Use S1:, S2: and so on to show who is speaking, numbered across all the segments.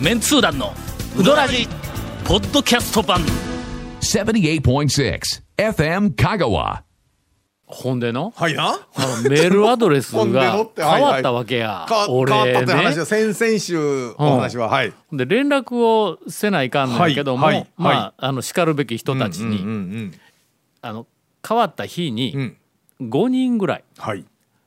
S1: メンツー団のウドラジポッドキャスト版
S2: 78.6 FM Kagawa.
S3: ほんでの
S4: はいな。
S3: あのメールアドレ ス
S4: ほんでの
S3: が
S4: って
S3: 変
S4: はいはい
S3: わったわけや
S4: か変わった
S3: 俺
S4: って話は、
S3: ね
S4: 先々週お話は、はい。
S3: ほんで連絡をせないかんのやけども、
S4: はいはい
S3: まああの叱るべき人たちに、
S4: うんうん。
S3: あの変わった日
S4: う
S3: に
S4: ん
S3: 5人ぐらい、
S4: はい。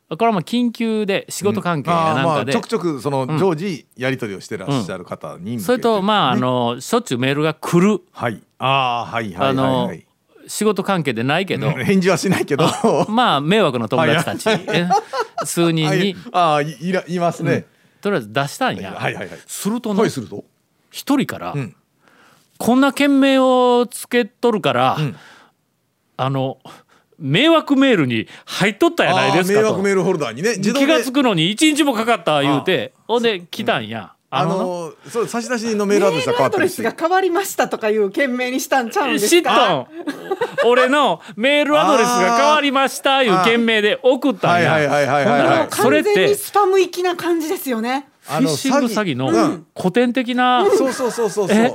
S3: これはまあ緊急で仕事関係や
S4: ああ
S3: なん
S4: ま
S3: か
S4: あ
S3: で、
S4: ちょくちょくその常時やり取りをしてらっしゃる方に向けて
S3: それとまああのしょっちゅうメールが来る
S4: はい。ああはいはい
S3: あ
S4: はい
S3: の
S4: はい。
S3: 仕事関係でないけど、
S4: 返事はしないけど。は
S3: まあ迷惑の友達たち、え数人に
S4: い。ああいいらいますね。
S3: とりあえず出したんや、
S4: はいはいはい
S3: するとね
S4: 恋すると。
S3: 一人から、
S4: ん
S3: こんな件名をつけとるから、あの迷惑メールに入っとったやないですか
S4: ああ迷惑メ
S3: と
S4: ールホルダーにね。自動
S3: 気
S4: で
S3: が付くのに一日もかかった言うてほんで来たんや、
S4: あ
S3: あの
S4: のそう差出人のメールアドレスが変わ
S5: ア
S4: っ
S5: ド
S4: た
S5: レ
S4: りし
S5: ス
S4: て
S5: が。変わりましたとかいう件名にしたんちゃうんで
S3: 知
S5: す
S3: っと
S5: か
S3: ん俺のメールアドレスが変わりましたいう件名で送った
S4: は
S3: ん
S4: いはい
S3: や
S4: はいはいはい
S3: ほんな
S4: は
S3: ら
S4: い。
S3: それって
S5: 完全にスパム行きな感じですよね
S3: フィッシング詐欺
S4: う
S3: の
S4: ん
S3: 古典的な
S4: そうそうそうそうそう
S3: え。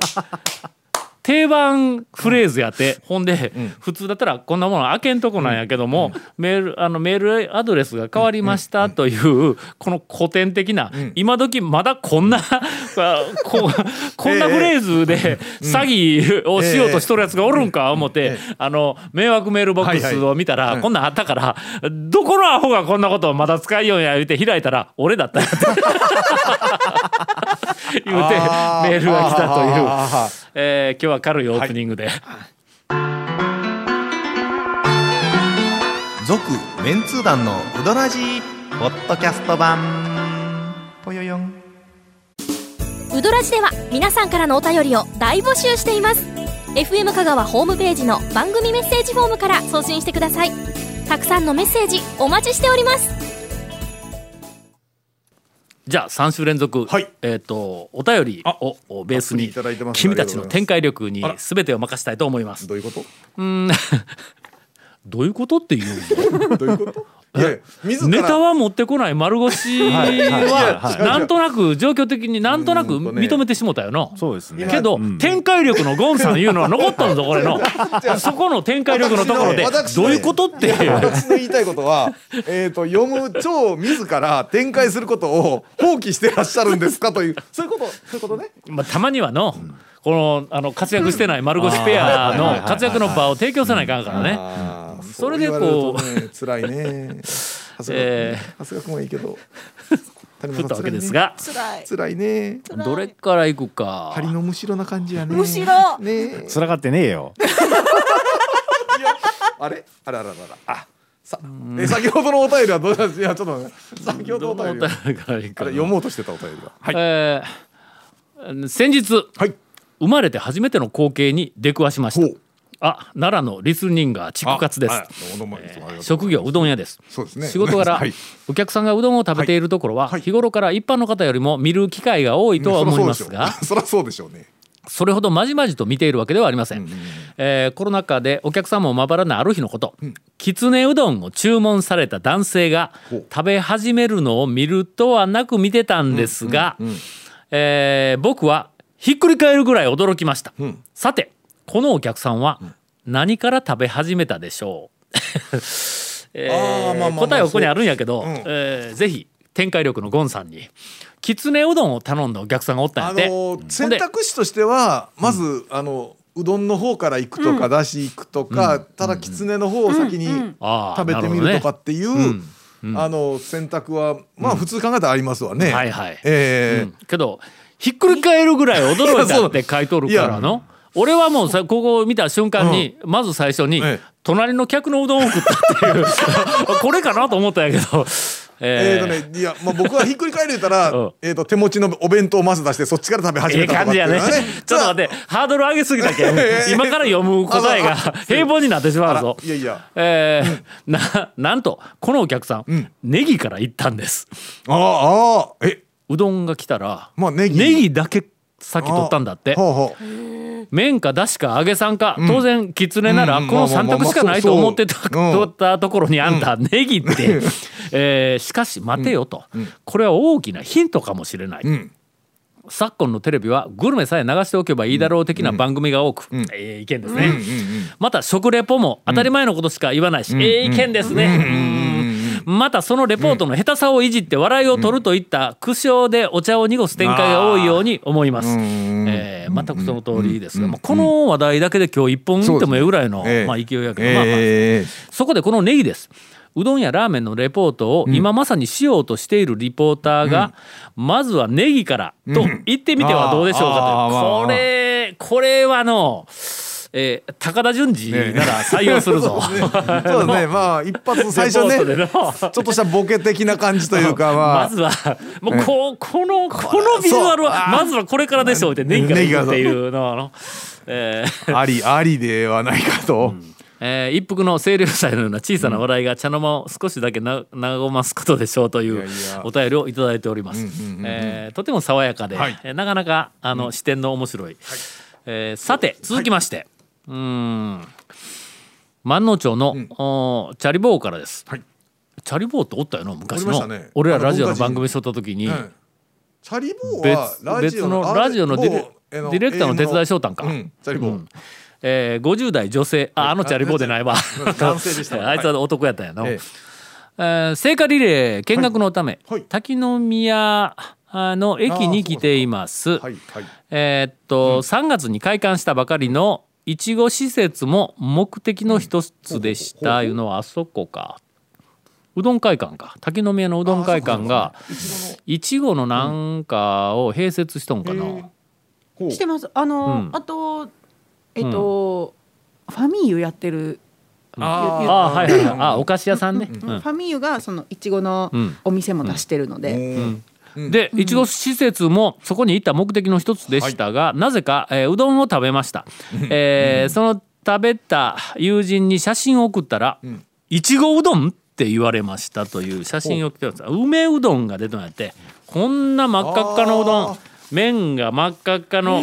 S3: 定番フレーズやって、ほんで、普通だったらこんなもの開けんとこなんやけども、メールあのメールアドレスが変わりましたという、この古典的な、今時まだこんな、あここんなフレーズで詐欺をしようとしとるやつがおるんか思って、あの迷惑メールボックスを見たら、こんなんあったから、どこのアホがこんなことをまだ使いようんや言うて開いたら俺だったんやって言うて
S4: あー
S3: メールが来たという。
S4: あー
S3: えー今日は軽いオープニングで、
S6: 続メンツー団のウドラジーポッドキャスト版ぽよよん
S7: ウドラジでは皆さんからのお便りを大募集しています FM 香川ホームページの番組メッセージフォームから送信してくださいたくさんのメッセージお待ちしております
S3: じゃあ3週連続、
S4: はい
S3: えー、とお便り
S4: あ
S3: をおベース
S4: たっぷり
S3: に
S4: いただいてます
S3: 君たちの
S4: ありがとうございます
S3: 展開力に
S4: あら
S3: 全てを任したいと思い ます
S4: どういうこと？
S3: どういうことっていうの
S4: どういうこと？いやいや自ら
S3: ネタは持ってこない丸腰はなんとなく状況的になんとなく
S4: うんとね
S3: 認めてしもたよの
S8: そうですね。
S3: けど、展開力のゴンさんいうのは残っとるぞこ れのそこの展開力のところで
S4: 私
S3: ど
S4: の
S3: ういうことっていう
S4: 私の言いたいことは、えー、と読む超自ら展開することを放棄してらっしゃるんですかというそういうことそういうことね
S3: まあ、たまにはの、このあの活躍してない丸腰ペアの活躍の場を提供せないかんからね。
S4: あー
S3: それで
S4: う言わ
S3: こう
S4: れるとね辛いね長谷
S3: え
S4: 川長谷川君はいいけど谷
S3: 振っ
S4: 村さ
S3: たわ
S4: ん辛
S3: け
S4: いね
S3: ですが、
S5: 辛い
S4: 辛いね
S3: どれから行くか。
S4: 針のむしろな感じやね
S5: むしろ
S4: ねえ
S8: つらがってねえよ。
S4: あれあらあらあらあさえ先ほどのお便りはどうだいやちょっと待って先ほどのお便りは
S3: 誰から行く
S4: あ
S3: か
S4: れ
S3: な
S4: 読もうとしてたお便りがはい
S3: えー 先日
S4: はい
S3: 生まれて初めての光景に出くわしまし
S4: ほ
S3: た
S4: う。
S3: あ、奈良のリスニンガーチクカツです
S4: あ。あどうもどうもいつもありがとうございます
S3: 職業うどん屋です
S4: そうですね
S3: 仕事柄、
S4: はい
S3: お客さんがうどんを食べているところは、
S4: はいはい
S3: 日頃から一般の方よりも見る機会が多いとは思いますが、
S4: そりゃそうでしょうね。
S3: それほどまじまじと見ているわけではありません、えーコロナ禍でお客さんもまばらなある日のこと、きつねうどんを注文された男性が食べ始めるのを見るとはなく見てたんですが、えー僕はひっくり返るぐらい驚きました、さてこのお客さんは何から食べ始めたでしょう、 えー
S4: あーまあまあまあ
S3: 答えはここにあるんやけど、
S4: ん
S3: えーぜひ展開力のゴンさんにきつねうどんを頼んだお客さんがおったんや
S4: あ
S3: って、
S4: の
S3: ほんで
S4: 選択肢としてはまず、あのうどんの方から行くとか、だし行くとか、ただきつねの方を先に
S3: ああ
S4: 食べてみ
S3: な
S4: ると
S3: る
S4: か
S3: ほどね
S4: っていう、あの選択はまあ普通考えたらありますわね。
S3: はいはい
S4: え
S3: うんけどひっくり返るぐらい驚い
S4: いや
S3: た
S4: そ
S3: っ
S4: う
S3: て書いとるから
S4: い
S3: の俺はもうさここを見た瞬間に、まず最初に、
S4: ええ
S3: 隣の客のうどんを食ったっていう これかなと思ったんやけど、
S4: えー
S3: えー
S4: とね、いや、まあ、僕はひっくり返る言うたら、
S3: うん
S4: えー、と手持ちのお弁当をまず出してそっちから食べ始
S3: え
S4: め
S3: え
S4: たとかっ
S3: 感
S4: て
S3: じ
S4: いう
S3: や
S4: の
S3: ね
S4: はね。
S3: ちょっと待ってハードル上げすぎたけん今から読む答えが
S4: あら
S3: 平凡になってしまうぞ
S4: あらいやいや
S3: えーななんとこのお客さん、ネギから行ったんです
S4: ああああえ
S3: うどんが来たら、
S4: まあネギ
S3: だけ先取ったんだって
S4: ほうほう
S3: 麺かだしか揚げさんか、当然きつねなら
S4: うん
S3: この3択しかないと思ってた
S4: まあまあまあそうそう
S3: 取ったところにあんたネギって、えーしかし待てよと、これは大きなヒントかもしれない、
S4: うん
S3: 昨今のテレビはグルメさえ流しておけばいいだろう的な番組が多く、
S4: ん
S3: ええ意見ですね、また食レポも当たり前のことしか言わないし、ええ意見ですね、うんまたそのレポートの下手さをいじって笑いを取るといった苦笑でお茶を濁す展開が多いように思います、ええ全くその通りですが、まあ、この話題だけで今日一本打ってもええぐらいの、
S4: ええ
S3: まあ、勢いやけど、まあまあ
S4: ええ
S3: そこでこのネギです。うどんやラーメンのレポートを今まさにしようとしているリポーターが、まずはネギからと言ってみてはどうでしょうか
S4: あーあー
S3: というこれこれはの、えー高田純次なら採用する ぞ。
S4: そうですねまあ一発最初ね
S3: レポートで
S4: ちょ
S3: の
S4: っとしたボケ的な感じというかま
S3: ま
S4: あ
S3: ずはもうこうこのこのビジュアルは
S4: そう
S3: まずはこれからでしょうってネギから
S4: ネギ
S3: 言
S4: が
S3: う
S4: そ
S3: っ
S4: う
S3: ていうのあの、えー
S4: ありありではないかと、
S3: えー一服の清涼祭のような小さな笑いが茶の間を少しだけな和ますことでしょうとい
S4: いや
S3: う
S4: いや
S3: お便りをいただいております。えーとても爽やかで、えーなかなかあの、視点の面白い。えーさて続きまして、うーん万能町の、おーチャリボーからです。チャリボーっておったよな昔
S4: おりまし
S3: の、
S4: たね
S3: 俺らラジオの
S4: あの文化人
S3: 番組しとった時に、
S4: うんチャリボーは
S3: 別
S4: ラジ
S3: 別
S4: オ
S3: の
S4: あ
S3: ラジオのディレ
S4: 某あの
S3: ディレクターの手伝いしよったんか。
S4: うんチャリボー、
S3: うんえー、50代女性ああのチャリボーでないわ
S4: 男性でした
S3: あいつは男やったんやな、
S4: ええ
S3: えー聖火リレー見学のため、
S4: はいはい
S3: 滝宮あの駅に来ていま
S4: は
S3: す
S4: いはい
S3: えーっと、3月に開館したばかりのいちご施設も目的の一つでした、いうのはあそこかうどん会館か滝宮のうどん会館がいちごのなんかを併設しとんかな、
S4: ほう
S5: してますあの、
S3: うん
S5: あとえっと、ファミーユやってる
S3: あ
S5: ゆゆ
S3: あはいはいはいあお菓子屋さんね、
S5: フ
S3: うん
S5: ァミーユがそのいちごの
S3: うん
S5: お店も出してるので、
S4: うん
S3: でいちご施設もそこに行った目的の一つでしたが、なぜか、えーうどんを食べました、えーその食べた友人に写真を送ったら「いちごうどん?」って言われましたという写真を来てます梅うどんが出てまってこんな真っ赤っかのうど
S4: あ
S3: ん
S4: ー
S3: 麺が真っ赤っかの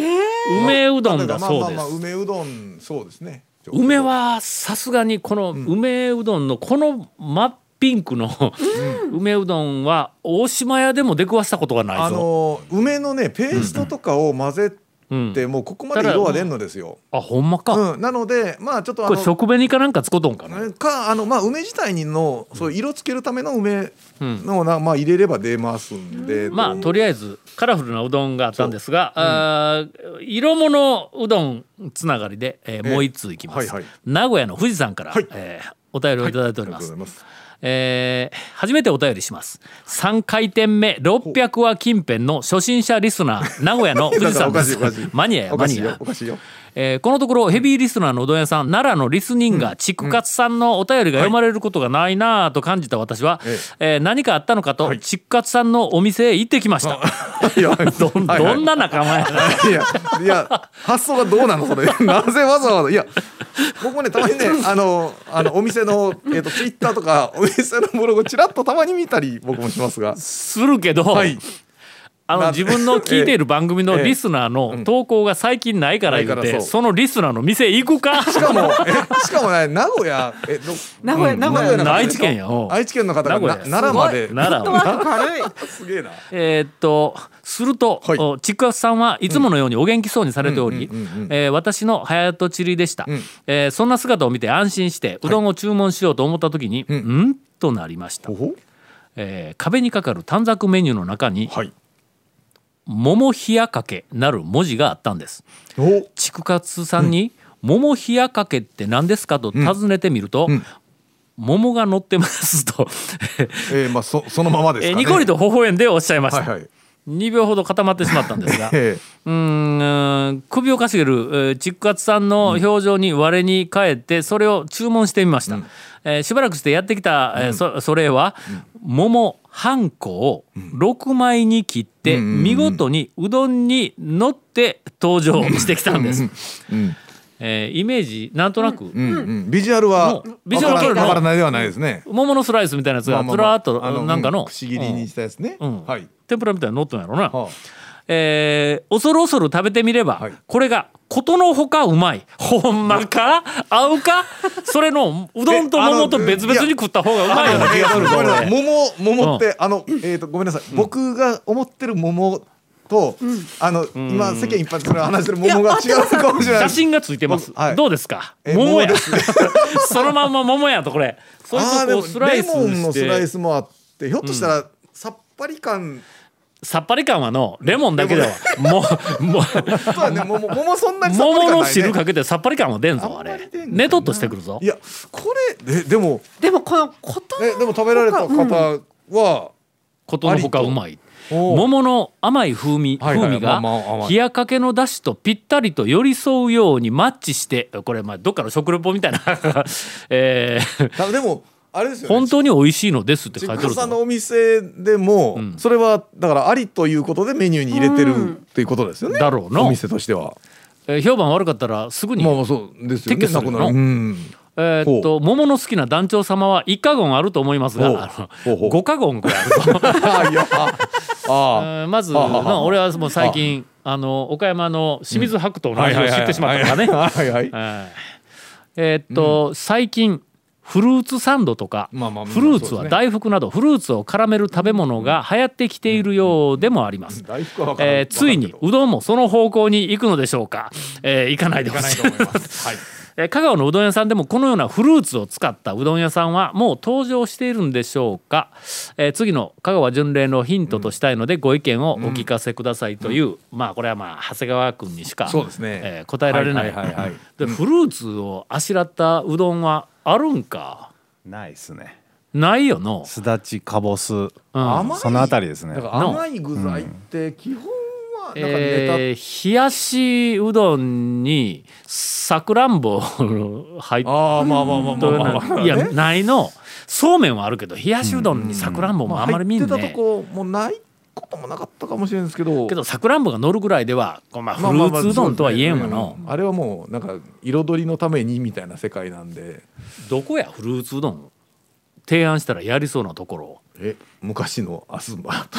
S3: 梅うどんだそうで
S4: まあまあまあ
S3: す
S4: 梅うどんそうですね
S3: 梅はさすがにこの梅うどんのこの真っピンクの 梅うどんは大島屋でも出くわしたことがないぞ。
S4: あの梅のねペーストとかを混ぜ
S3: うん
S4: てもうここまで色は出んのですよ、
S3: あほんまか、
S4: うん、なのでまあちょっとあ
S3: これ
S4: の
S3: 食紅かなんかつことんかな、
S4: かあのまあ梅自体にのそう色つけるための梅のな、まあ入れれば出ますんで
S3: まあと
S4: り
S3: りあえずカラフルなうどんがあったんですが、あー色物うどんつながりで、えーもう一通いきます、
S4: はいはい
S3: 名古屋の富士山から、
S4: はい
S3: えーお便りをいただいており
S4: ありが
S3: ま
S4: とう
S3: す、
S4: ございます
S3: えー初めてお便りします3回転目600話近辺の初心者リスナー名古屋の富士山です
S4: なんか おかしいおかしい
S3: マニアや
S4: お
S3: マ
S4: かし
S3: ニ
S4: いよ
S3: ア
S4: おかしいよ
S3: えーこのところヘビーリスナーのうどん屋さん奈良のリスニンガー畜活さんのお便りが読まれることがないなぁと感じた私は、
S4: え
S3: えー何かあったのかと畜活さんのお店へ行ってきました。
S4: いや
S3: どん
S4: はいはい
S3: どんな仲間やな
S4: いやいや発想がどうなのそれ なぜわざわざいや僕もねたまに ねあのあのお店の、えー、とツイッターとかお店のブログちらっとたまに見たり僕もしますが
S3: するけど、
S4: はい
S3: あの
S4: な
S3: 自分の聞いている番組のリスナーの投稿が最近ないから言っ
S4: ないか
S3: て
S4: らそう
S3: そのリスナーの店行 くか
S4: しかもえしかもね名古屋えど
S5: 名古屋名古屋
S4: の方
S3: 愛知県やおう
S4: 愛知県の方が
S3: 名古
S4: な
S3: 屋
S4: 奈良まで
S3: 奈良は
S5: 軽い
S4: すげえな
S3: えーっとすると、
S4: はい
S3: おちくわさんはいつものようにお元気そうにされており、
S4: うんうんうんうん
S3: えー私の早とちりでした、えーそんな姿を見て安心してうどんを注文しようと思った時に、うん、となりました、
S4: ほ
S3: えー壁にかかる短冊メニューの中に
S4: はい
S3: 「桃冷やかけ」なる文字があったんです
S4: お
S3: ちくかつさんに「桃冷やかけって何ですか?」と尋ねてみると「桃が乗ってます」と、
S4: えー、まあそそのままです
S3: え
S4: か、
S3: ー
S4: ね、
S3: ニコリと微笑んでおっしゃいました、
S4: はいはい
S3: 2秒ほど固まってしまったんですが
S4: え
S3: うーん首をかしげるちっかつさんの表情に我に返ってそれを注文してみました、えーしばらくしてやってきた、えーそそれは、桃半個を6枚に切って、見事にうどんに乗って登場してきたんです、えーイメージなんとなく、
S4: ーうんうん、ビジュアルは
S3: もうビジュアル
S4: わから
S3: は
S4: わからないではないですね
S3: 桃のスライスみたいなやつがずらーっと
S4: あの
S3: なんかの、
S4: う不思議にしたやつね、
S3: うん
S4: はい
S3: 天ぷらみたいに乗ったんやろな、
S4: はあ
S3: えー恐る恐る食べてみれば、
S4: はい
S3: これがことのほかうまいほんまか合うかそ れのうどんと桃と別々に食った方がうまいような気がするぞ
S4: ごめんなさい
S3: 俺
S4: 桃桃って、あのえっ、とごめんなさい、僕が思ってる桃と、あの、
S3: ん
S4: 今世間一般的な話してる桃が違うかもしれない
S3: 写真がついてます、
S4: はい
S3: どうですか
S4: え
S3: 桃 や
S4: 桃ですね
S3: そのまんま桃やとこれそい
S4: あ
S3: つ
S4: あ
S3: を
S4: で
S3: こ
S4: も
S3: うスライ
S4: レ
S3: ス
S4: モンの
S3: し
S4: スライ
S3: て
S4: スもあってひょっとしたら、さっぱり感
S3: さっぱり感はのレモンだけではも うもう
S4: そうだね桃桃そんなにさっぱり
S3: 桃
S4: 感
S3: の
S4: ないね
S3: 汁かけてさっぱり感は出んぞあ
S4: あんまり
S3: れ
S4: 出んのかな
S3: ねとっとしてくるぞ
S4: いやこれえでも
S5: でもこのこと
S4: えでも食べられた方は、
S3: ことのほかうまい
S4: おう
S3: 桃の甘い風味
S4: はいはい
S3: 風味が
S4: まあまあ甘い
S3: 冷やかけのだしとぴったりと寄り添うようにマッチしてこれまあどっかの食レポみたいな、 えー
S4: だでもあれですよね
S3: 本当に美味しいのですって書
S4: 実
S3: いて
S4: 家
S3: る
S4: さん
S3: ぞ
S4: のお店でも、
S3: ん
S4: それはだからありということでメニューに入れて
S5: うん
S4: るっていうことですよね。
S3: だろうな
S4: お店としては。
S3: えー評判悪かったらすぐに、
S4: まあまあそうですよね。
S3: 撤去するの
S4: なくなるうん。
S3: えーっと桃の好きな団長様は一カ言あると思います
S4: ほう
S3: があ
S4: ほうほ
S3: の
S4: う
S3: 五カ言ぐらいある ぞ
S4: あいやああ
S3: うんまず
S4: はあはあ
S3: まあ俺はもう最近あの岡山の清水白桃の味を知ってしまったからね。
S4: はいはい。
S3: はいえーっと最近フルーツサンドとか
S4: まあまあ
S3: フルーツは大福などフルーツを絡める食べ物が流行ってきているようでもあります。
S4: 大福は分からん
S3: えーついに
S4: 分か
S3: うどんもその方向に行くのでしょうか、えー行かないでほしい
S4: らんけど行かないと思います。はい。
S3: えー香川のうどん屋さんでもこのようなフルーツを使ったうどん屋さんはもう登場しているんでしょうか、えー次の香川巡礼のヒントとしたいのでご意見をお聞かせくださいという、まあこれはまあ長谷川君にしか、
S4: そうですね
S3: えー答えられない,、
S4: はいはいはいはい
S3: でフルーツをあしらったうどんはあるんか
S6: ないっすね
S3: ないよの、
S6: すだちかぼす、
S4: 甘い
S6: そのあたりですね
S4: だから甘い具材って基本はなんかネタ、
S3: えー冷やしうどんにさくらんぼ入っ
S4: ああまあまあまあまあまあまあ。
S3: いやないのそうめんはあるけど冷やしうどんにさくらんぼもあんまり見ん
S4: 入ってた
S3: ね
S4: とこもないこともなかったかもしれんですけど。
S3: けどさくらんぼが乗るぐらいではこうまあフルーツうどんとは言えんわの
S4: あれはもうなんか彩りのためにみたいな世界なんで
S3: どこやフルーツうどん提案したらやりそうなところ
S4: え昔のアスマと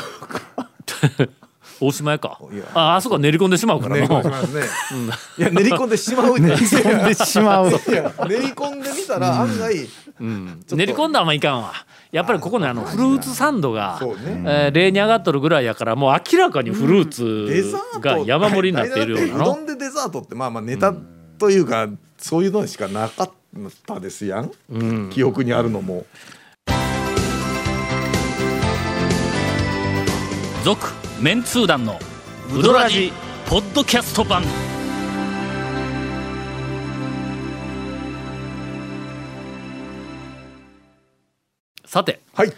S3: 大島屋か
S4: いや
S3: ああそこは練り込んでしまうから
S4: 練り込んでし
S3: の
S4: まいますね、いや練り込んでしまうね
S6: 飛んでしま う
S4: いや練り込んでみたら案外、
S3: うん練り込んだらあんまいかんわやっぱりここのあのフルーツサンドが
S4: そうね
S3: えー例に上がっとるぐらいやからもう明らかにフル
S4: デ
S3: ー
S4: ザ
S3: ツ
S4: ート
S3: が山盛りになっているような
S4: だってう
S3: の
S4: どんでデザートってまあまあネタというか、そういうのしかなかったですやん、記憶にあるのも
S1: 続メンツー団のウドラジポッドキャスト版
S3: さて
S4: はい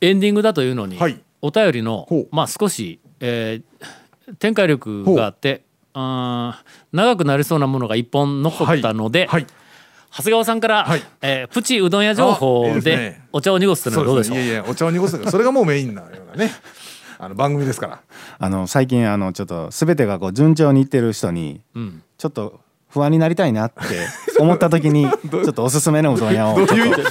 S3: エンディングだというのに、
S4: はい
S3: お便りの
S4: ほう
S3: まあ少し、えー展開力があってあー長くなりそうなものが一本残ったので、
S4: はい
S3: 長谷川さんから、
S4: はい
S3: えープチうどん屋情
S4: あ
S3: 報
S4: いいですね
S3: でお茶を濁すというのはどうでしょう
S4: いやいやお茶を濁すそれがもうメインなようなねあの番組ですから
S6: あの最近あのちょっと全てがこう順調にいってる人に
S3: ん
S6: ちょっと不安になりたいなって思った時 にちょっとおすすめのうどん屋をちょっ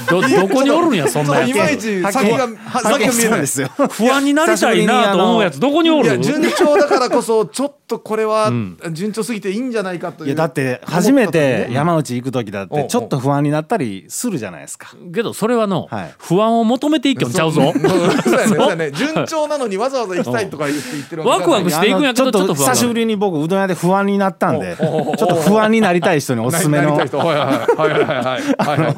S6: と
S3: どどこにおるんやそんな
S4: ちょっといまい
S3: やつ
S4: ち
S6: 発
S4: 先
S6: 見
S4: が
S6: 発
S4: 先が
S6: 見
S4: 見え
S6: した
S4: なんい
S6: です よ。
S3: 不安になりたいなと思うやつどこにお
S4: い
S3: る
S4: や順調だからこそちょっとこれは
S3: ん
S4: 順調すぎていいんじゃないかという
S6: いやだって初めて山内行く時だってちょっと不安になったりするじゃないですか。
S3: けどそれはの、
S6: はい
S3: 不安を求めていきょんちゃうぞ
S4: そうそうやねそうやね順調なのにわざわざ行きたいとか言って言ってるわけ
S3: ワクワクしていくんやけどちょっと不安
S6: 久しぶりに僕うどん屋で不安になったんでちょっと不安になりたい人におすすめの
S4: はいはいはいはいはいはい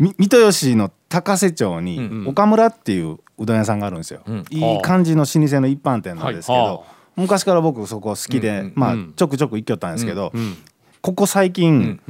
S6: み三豊市の高瀬町に岡村っていううどん屋さんがあるんですよ、いい感じの老舗の一般店なんですけど、
S3: はいは
S6: 昔から僕そこ好きで、まあちょくちょく行きよったんですけど、ここ最近、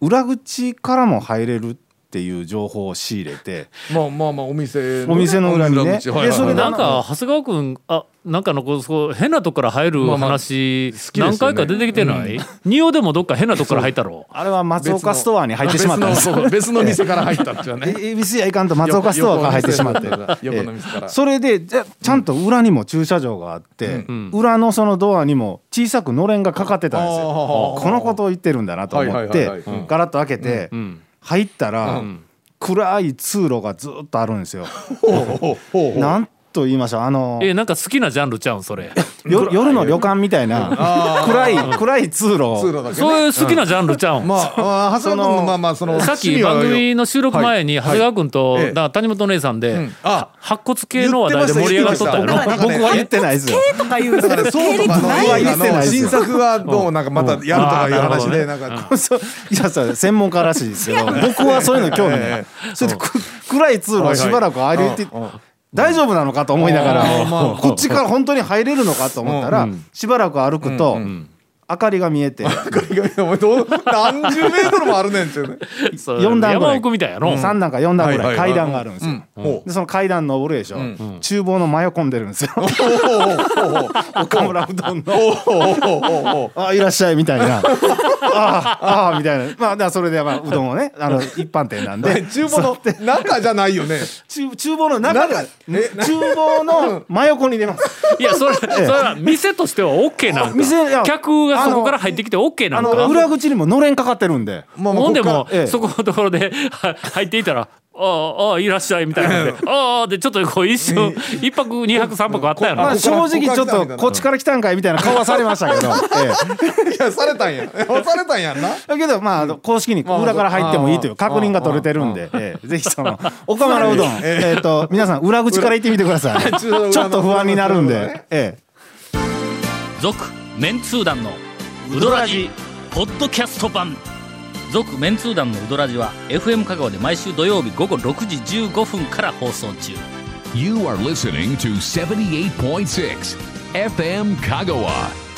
S6: 裏口からも入れるっていう情報を仕入れて
S4: まあまあまあお店
S6: お店の裏にね
S4: 裏口はい
S6: でそれで
S3: なんか長谷川君あなんかのこうそう変なとこから入る
S4: まあまあ
S3: 話、
S4: きですよね
S3: 何回か出てきてない、仁王でもどっか変なとこから入ったろ
S6: あれは松岡ストアに入ってしまったんです
S4: 別のそうそう別の店から入ったっていうね
S6: え ABC やいかんと松岡ストアから入ってしまって
S4: 横の店横の店から
S6: ええそれでじゃちゃんと裏にも駐車場があって、裏のそのドアにも小さくのれんがかかってたんですよ
S4: あー
S6: このことを言ってるんだなと思
S4: はい
S6: っ
S4: はいはいは
S6: て
S4: いうん
S6: ガラッと開けて入ったら暗い通路がずっとあるんですよ。
S4: ほうほうほうほう
S6: なんと言いましょうあの
S3: えなんか好きなジャンルちゃうんそれ
S6: よ夜の旅館みたいな暗い暗い通路
S4: 通路だけね
S3: そういう好きなジャンルちゃうん、
S4: まあ、あー長谷川君
S6: そ
S4: も
S6: の
S4: まあまあその
S3: さっ
S4: 趣
S3: き
S4: 味は
S3: 番組の収録前に長
S4: はい
S3: 谷川君と
S4: はいええ
S3: だから谷本姉さん
S4: う
S3: で
S4: んあ
S3: 白骨系の話題で盛り上がっとったよ
S4: 言ってました
S3: な
S4: 言ってました
S6: 僕は言ってないですよ
S5: とかいう
S4: だからそうとかの
S6: ない
S4: 映画
S6: ない
S4: の
S6: です
S4: 新作はどうなんかまたやるとかいう話
S3: う
S4: で
S3: ん
S4: なんか
S6: そういやそう専門家らしいですけ ど僕はそういうの興味ない
S4: え
S6: それでく暗い通路をしばらく歩いて
S4: はいはい
S6: 大丈夫なのかと思いなが
S4: うんま
S6: ら
S4: あ
S6: こっちから本当に入れるのかと思ったらしばらく歩くと明かりが見えて
S4: 海外のお前どう何十メートルもあるねんっていうね。
S3: そう
S6: 4段ぐ
S3: 山
S6: らい
S3: 奥みたいやろ、
S6: 3段か4段ぐらい階段があるんです
S4: うん
S6: よ。
S4: ほう
S6: でその階段登るでしょ、
S4: ん
S6: 厨房の真横に出るんですよ岡村うどんの「 あいらっしゃい」みたいな 「あああみたいなまあだからそれで、まあ、うどんをねあの一般店な んで
S4: 厨房の中じゃないよね。
S6: 厨厨房の中で
S4: 中えな
S6: 厨房の真横に出ます
S3: いやそれそれは店としては OK なんか
S6: 店いや
S3: 客がそこから入ってきて OK な
S6: あ
S3: ん
S6: の
S3: か
S6: 裏口にものれんかかってるんで
S4: まあまあ
S3: ほんでも
S4: こっか
S6: ええ
S3: そこのところでは入っていたら「ああああいらっしゃい」みた いなんで「ああ」でちょっとこう一瞬一泊二泊三泊あったやろ
S6: まあ、正直ちょっとこっちから来たんかいみたいな顔はされましたけ ど、ええ
S4: らいやされたんや。されたんやんな。
S6: だけどまああの公式に裏から入ってもいいという確認が取れてるんで、ええぜひ その岡村うどん、えっと皆さん裏口から行ってみてください。 ち
S4: 裏の
S6: ょっと不安になるん
S4: 裏のね
S6: で、え
S1: 続メンツー団のウドラジポッドキャスト版続メンツー団のウドラジは FM 香川で毎週土曜日午後6時15分から放送中
S2: You are listening to 78.6 FM Kagawa.